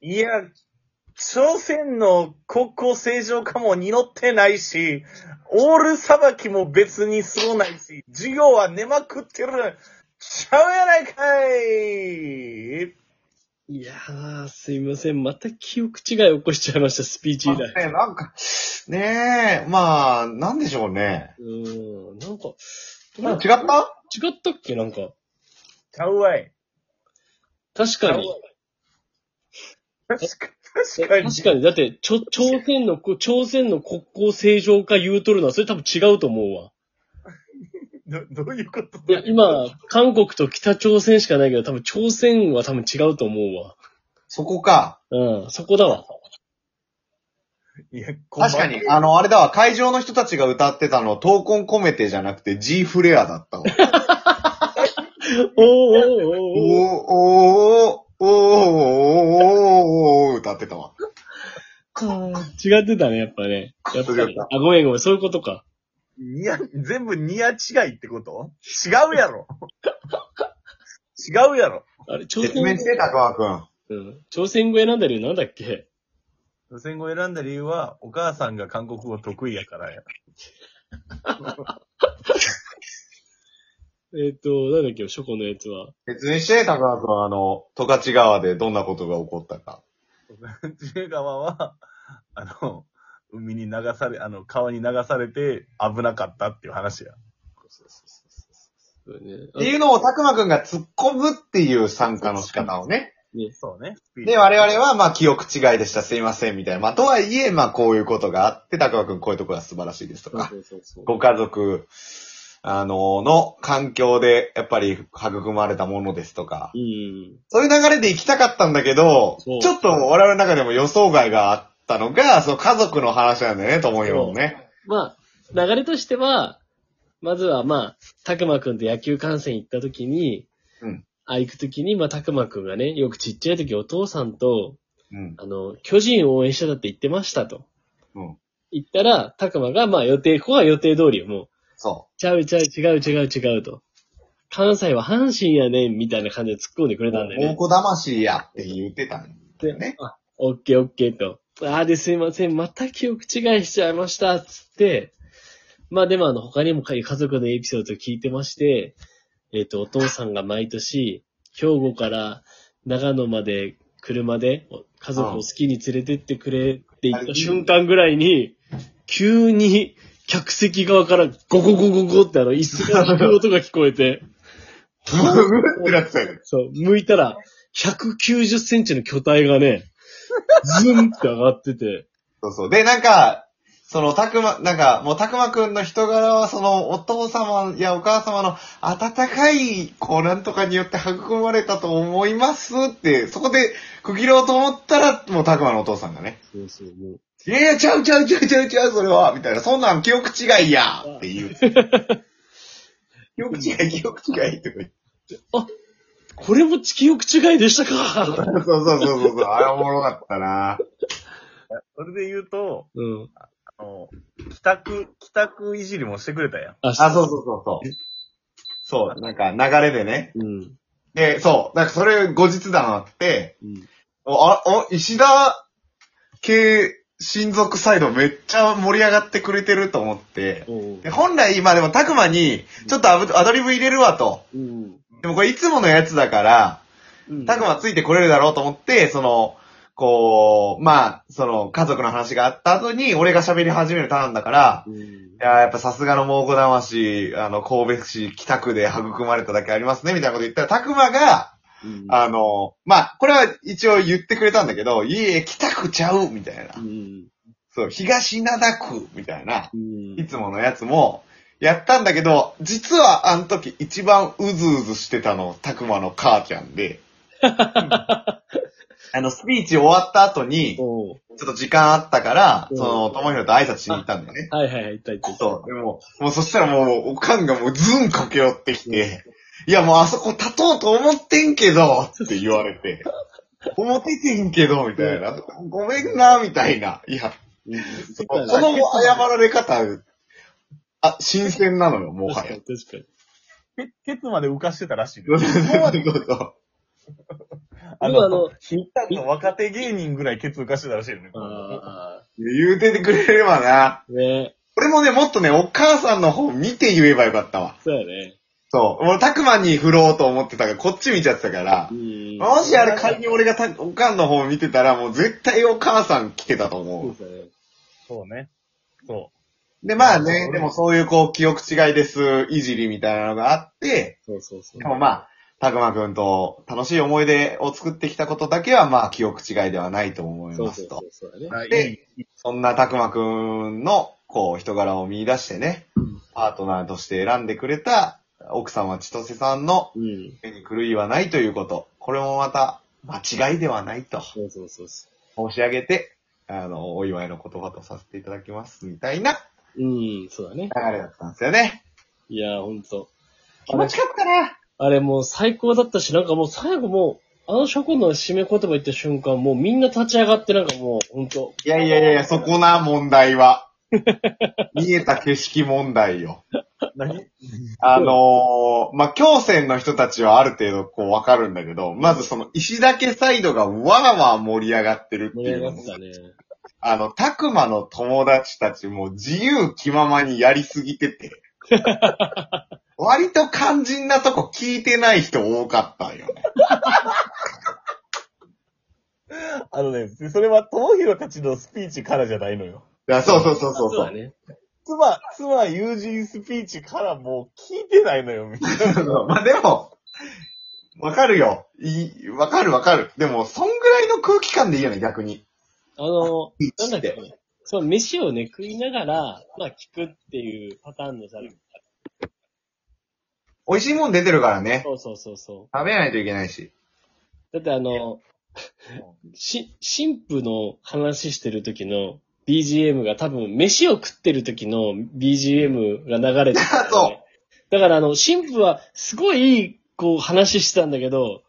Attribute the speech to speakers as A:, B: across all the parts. A: いや、朝鮮の国交正常化も祈ってないし、オール裁きも別にすごないし、授業は寝まくってる。ちゃうやないかい
B: いやー、すいません。また記憶違い起こしちゃいました、スピーチ以来。
C: ね、なんか、ねえ、まあ、なんでしょうね。
B: うーん、なんか、
C: 違った
B: 違ったっけなんか。
A: ちゃうわい。
B: 確かに。
A: 確か確かに。
B: 確かに。だって、ちょ、朝鮮の、こ朝鮮の国交正常化言うとるのは、それ多分違うと思うわ。
A: ど、どういうこと
B: いや、今、韓国と北朝鮮しかないけど、多分朝鮮は多分違うと思うわ。
C: そこか。
B: うん、そこだわ。
A: いや、困る
C: 確かに、あの、あれだわ、会場の人たちが歌ってたの、闘魂込めてじゃなくて G フレアだったわ。
B: おー
C: おー
B: おーおーおー
C: おーおーおーおー歌ってたわ。
B: 違ってたね、やっぱね。やっぱ
C: 違っ
B: り。
C: た
B: あ、ごめんごめん、そういうことか。
A: ニヤ、全部ニヤ違いってこと違うや ろ。違うやろ。
B: あれ、朝
C: 説
B: 鮮語
C: 明して、た川くん。
B: うん。朝鮮語選んだ理由なんだっけ
A: 予選語を選んだ理由は、お母さんが韓国語得意やからや。
B: えっ、と、なんだっけ、ショコのやつは。
C: 説明して、高川くん、あの、十勝川でどんなことが起こったか。
A: 自由川は、あの、海に流され、あの、川に流されて危なかったっていう話や。
B: そうね
C: っていうのを、たくまくんが突っ込むっていう参加の仕方をね。
A: そうね。
C: で、我々は、まあ、記憶違いでした、すいません、みたいな。まあ、とはいえ、まあ、こういうことがあって、高川くん、こういうとこが素晴らしいですとか。
B: そうそうそうそう。
C: ご家族、あの、の環境で、やっぱり育まれたものですとか
B: う。ん。
C: そういう流れで行きたかったんだけど、
B: そう
C: ちょっと我々の中でも予想外があったのが、その家族の話なんだよね、と思うよね。
B: まあ、流れとしては、まずはまあ、たくまくんと野球観戦行った時に、
C: うん。
B: あ、行く時に、まあ、たくまくんがね、よくちっちゃい時お父さんと、
C: うん。
B: あの、巨人を応援してたって言ってましたと。
C: うん。
B: 言ったら、たくまが、まあ予定、ここは予定通りよ、もう。
C: そ
B: ちゃうちゃう違う違う違うと。関西は阪神やねん、みたいな感じで突っ込んでく
C: う。
B: れたんだよね
C: 大。子魂やって言ってたんだよね。
B: オッケーオッケーと。ああ、ですいません。また記憶違いしちゃいました。つって。まあでもあの、他にも家族のエピソード聞いてまして、えっ、と、お父さんが毎年、兵庫から長野まで車でお家族を好きに連れてってくれって言った瞬間ぐらいに、急に客席側からゴゴゴゴゴってあの、椅子が弾く音が聞こえて、
C: ブーってなってたよね。
B: そう、向いたら、190センチの巨体が ね、ズンって上がってて、
C: そうそう。で、なんか、その、たくま、なんか、もう、たくまくんの人柄は、その、お父様やお母様の温かい、こう、なんとかによって育まれたと思いますって、そこで区切ろうと思ったら、もう、たくまのお父さんがね、
B: そうそう、もう。
C: いやいや、ちゃうちゃうちゃうちゃうちゃう、それは、みたいな、そんなん記憶違いやっていう。記憶違い、記憶違いとか言って。
B: これも記憶違いでしたか
C: そうそうそうそうそう、あれおもろかったな
A: それで言うと、
B: うん。
A: あの、帰宅、帰宅いじりもしてくれたやん。
B: あ、
C: あ、そうそうそうそう。そう、なんか、流れでね。
B: うん。
C: で、そう、なんかそれ後日談あって、
B: うん。
C: あ、あ、石田系親族サイドめっちゃ盛り上がってくれてると思って。
B: おう
C: で本来、まあでも、たくまに、ちょっとアブアドリブ入れるわと。
B: うん。
C: でもこれいつものやつだから、
B: うん
C: たくまついてこれるだろうと思って、その、こう、まあ、その、家族の話があった後に、俺が喋り始めるターンだから、
B: うん
C: いやーやっぱさすがの猛虎魂、あの、神戸市北区で育まれただけありますね、みたいなこと言ったら、たくまが、
B: うん
C: あの、まあ、これは一応言ってくれたんだけど、いえ、北区ちゃうみたいな
B: う。ん。
C: そう、東灘区みたいな、
B: うん
C: いつものやつも、やったんだけど、実はあの時一番うずうずしてたの、たくまの母ちゃ んで。あの、スピーチ終わった後に、ちょ
B: おう
C: っと時間あったから、
B: うん
C: その、ともひろと挨拶しに行ったんだよね。
B: はいはいはい、いったいったいった。
C: そう、でも、もうそしたらもう、おかんがもうズン駆け寄ってきて、いやもうあそこ立とうと思ってんけど、って言われて、思っててんけど、みたいな、ごめんな、みたいな。いや、
B: うん。そ
C: この謝られ方、あ、新鮮なのよ、も
B: 確
C: は
B: か
C: や
B: に。確かに。
A: ケケツまで浮かしてたらしいで
C: そう
A: す。
C: そうそう
A: あ
B: でも
A: の
B: あの、
A: ひったんの若手芸人ぐらいケツ浮かしてたらしいよね。
B: あ
C: 言うててくれればな。
B: あ、ね
C: 俺もね、もっとね、お母さんの方見て言えばよかったわ。
B: そうやね。
C: そう。俺、たくまに振ろうと思ってたから、こっち見ちゃってたから
B: う。ん。
C: もしあれ仮に俺がたおかんの方見てたら、もう絶対お母さん来てたと思
B: そう
C: う
B: で。すね。
A: そうね。そ
C: で、まあ
A: う
C: ね、
A: ん
C: でもそういうこう、記憶違いです、いじりみたいなのがあって、
B: そうそうそう
C: で。もまあ、たくまくんと楽しい思い出を作ってきたことだけは、まあ、記憶違いではないと思い
B: そう
C: ま
B: そう
C: す
B: そ
C: と。
B: う。そうや
A: う。
B: ね。
A: はい。
C: で
A: いい
C: そんなたくまくんの、こう、人柄を見出してね、パートナーとして選んでくれた、奥様千歳さんの
B: うん。
C: 目に狂いはないということ。これもまた、間違いではないと。
B: そうそうそうそ
C: 申し上げて、あの、お祝いの言葉とさせていただきます、みたいな
B: う。うん、そうだね。
C: 流れだったんですよね。
B: いやー、ほんと。
C: 気持ちよかったな。
B: あれもう最高だったし、なんかもう最後もう、あの諸君の締め言葉言った瞬間、もうみんな立ち上がってなんかもう、ほんと。
C: いやいやいやいや、そこな、問題 は。見えた景色問題よ。
A: 何
C: あのー、まあ、強戦の人たちはある程度こうわかるんだけど、まずその石岳サイドがわーわー盛り上がってるって
B: 盛り
C: い
B: 上
C: う
B: がっ
C: のも
B: て、たね。
C: あの、たくまの友達たちも自由気ままにやりすぎて て、割と肝心なとこ聞いてない人多かったんよね。
A: あのね、それは友広たちのスピーチからじゃないのよ。
C: いやそうそうそうそうそう
B: だ。ね。
A: 妻、妻友人スピーチからもう聞いてないのよ、みんな。
C: まあでも、わかるよ。いい、わかるわかる。でも、そんぐらいの空気感でいいよね、逆に。
B: あの、
C: ピー
B: なん
C: チ
B: だ
C: っ
B: っけ
C: て。、
B: その飯をね、食いながら、まあ聞くっていうパターンのじゃな
C: 美味しいもん出てるからね。
B: そうそうそうそ
C: 食べないといけないし。
B: う。だってあの、 し、神父の話してる時の BGM が多分、飯を食ってる時の BGM が流れてた、
C: あ そう
B: だからあの、神父はすごいいい、こう話してたんだけど、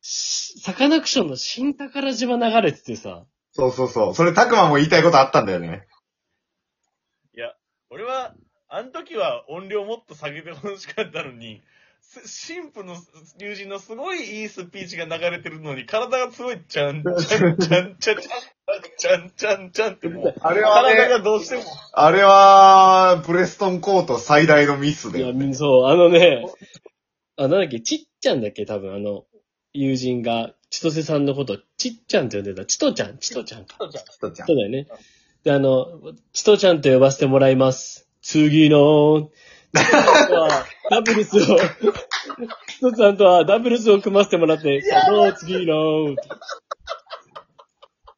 B: しサカナクションの新宝島流れててさ、
C: そうそうそう。それ、たくまも言いたいことあったんだよね。
A: 俺は、あの時は音量もっと下げてほしかったのに、す神父の友人のすごいいいスピーチが流れてるのに、体がすごい、ちゃん、ちゃん、ちゃん、ちゃん、ちゃん、ちゃん、ちゃんってもう、
C: あれは
A: 体
C: ね、
A: がどうしても、
C: あれは、プレストンコート最大のミス
B: い
C: で。
B: や、そう、あのね、あ、なんだっけ、ちっちゃんだっけ、多分あの、友人が、千歳さんのこと、ちっちゃんって呼んでた。ちとちゃん、ちとちゃんか。
C: ひとちゃん
B: そうだよね。で、あの、ちとちゃんと呼ばせてもらいます。次の、ちとちゃんとはダブルスを、ちとちゃんとはダブルスを組ませてもらって、どう次の、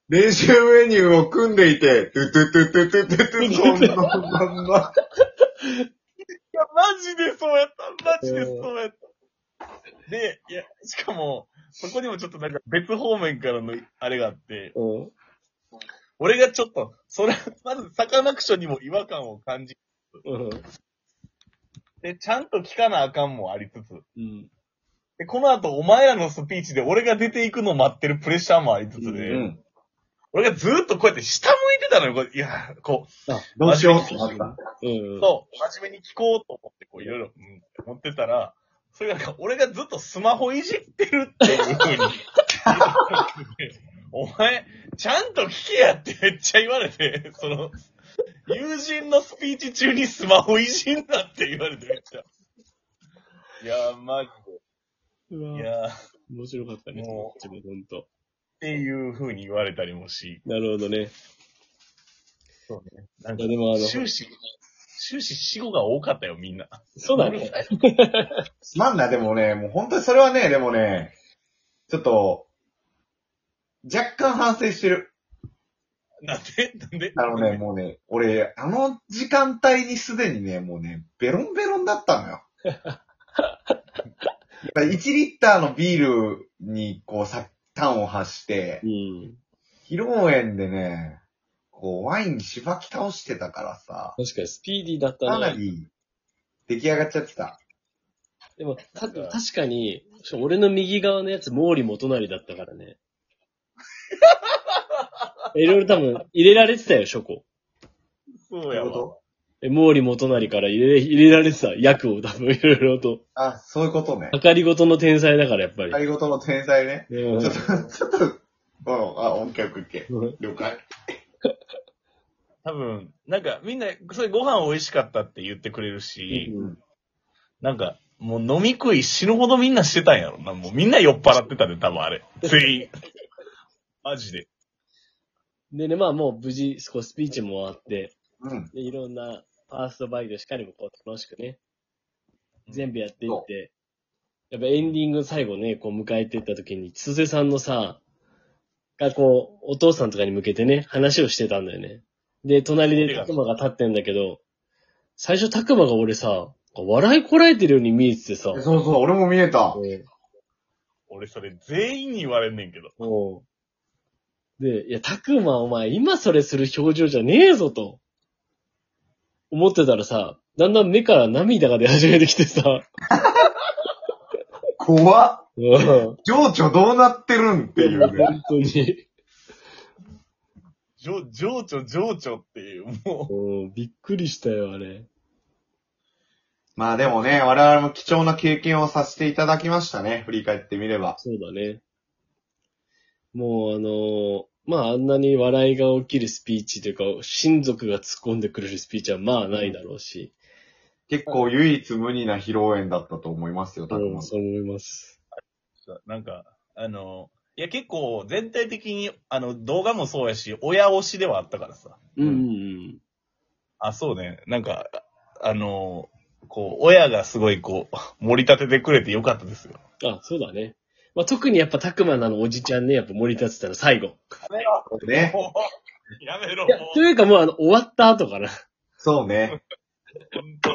C: 練習メニューを組んでいて、トゥトゥトゥトゥトゥトゥトゥ、そんな、そんな。
A: いや、マジでそうやった。マジでそうやった。で、いや、しかも、そこにもちょっとなんか別方面からのあれがあって、
B: うん、
A: 俺がちょっと、それ、まずサカナクションにも違和感を感じ
B: うん、
A: て、ちゃんと聞かなあかんもありつつ、
B: うん。
A: で、この後お前らのスピーチで俺が出ていくのを待ってるプレッシャーもありつつで、
C: うん。
A: 俺がずーっとこうやって下向いてたのよ、こういや、こう、
C: どうしようってなった。
B: うん。
A: そう、真面目に聞こうと思って、こういろいろ、うん、思ってたら、それがなんか俺がずっとスマホいじってるっていう風に。 お前、ちゃんと聞けやってめっちゃ言われて、その、友人のスピーチ中にスマホいじんなって言われてめっちゃ。いやー、マジ
B: う
A: で。い
B: わ
A: やー、っ
B: 面白かったね。
A: も
B: 自分ほんと。
A: ていう風に言われたりもし、
B: なるほどね。
A: そうね。なん
B: い
A: か
B: や、でもあの、
A: 終始、終始死語が多かったよ、みんな。
B: そうだね。
C: すまんな、でもね、もう本当にそれはね、でもね、ちょっと、若干反省してる。
A: なんでなんで
C: あのね、もうね、俺、あの時間帯にすでにね、もうね、ベロンベロンだったのよ。1リッターのビールに、こう、さ端を発して
B: う、ん。
C: 披露宴でね、こう、ワインしばき倒してたからさ、
B: 確かにスピーディーだった
C: かな
B: ね。
C: り、出来上がっちゃってた。
B: でも、た、確かに、俺の右側のやつ、毛利元成だったから ね。いろいろ多分、入れられてたよ、書庫。
A: そう
C: どうい
A: や
C: うこ
A: わ。
C: と
B: え毛利元就から入れ入れられてた役を多分いろいろと。
C: あ、そういうことね。
B: 明かりごとの天才だからやっぱり。
C: 二人ごとの天才ね。
B: うん
C: ちょっと、ちょっと、うん、あ、音響っけ。
B: うん
C: 了解。
A: 多分、なんかみんな、それご飯美味しかったって言ってくれるし、なんか、もう飲み食い死ぬほどみんなしてたんやろな。もうみんな酔っ払ってたで、多分あれ。全員。マジで。
B: でね、まあもう無事、こうスピーチも終わって、
C: うん。
B: でいろんなファーストバイトしかりもこう楽しくね、全部やっていって、やっぱエンディング最後ね、こう迎えていった時に、つ瀬さんのさ、がこう、お父さんとかに向けてね、話をしてたんだよね。で、隣でたくまが立ってんだけど、最初たくまが俺さ、笑いこらえてるように見えててさ、
C: そうそう、俺も見えた。
B: うん
A: 俺それ全員に言われんねんけど。
B: もう。で、いや、たくまお前、今それする表情じゃねえぞと、思ってたらさ、だんだん目から涙が出始めてきてさ、
C: 怖っ
B: うん、本
C: 情緒どうなってるんっていう ね。
B: 当に、
A: 情情緒情緒っていう、も
B: うん、びっくりしたよ、あれ。
C: まあでもね、我々も貴重な経験をさせていただきましたね。振り返ってみれば。
B: そうだね。もう、あのまあ、あんなに笑いが起きるスピーチというか、親族が突っ込んでくれるスピーチはまあないだろうし、
C: 結構唯一無二な披露宴だったと思いますよ、たく
B: う
C: ま
B: ん、。そう思います。
A: う、なんか、あの、いや結構全体的に、あの、動画もそうやし、親推しではあったからさ。
B: うん、うん、
A: あ、そうね。なんか、あの、こう、親がすごいこう、盛り立ててくれてよかったですよ。
B: うん。あ、そうだね。まあ、特にやっぱたくまなのおじちゃんね、やっぱ盛り立てたら最後。
C: ね。
A: もう やめろ、
B: いや
A: も、
B: というかもうあの、終わった後かな。
C: そうね。
A: う。ほんと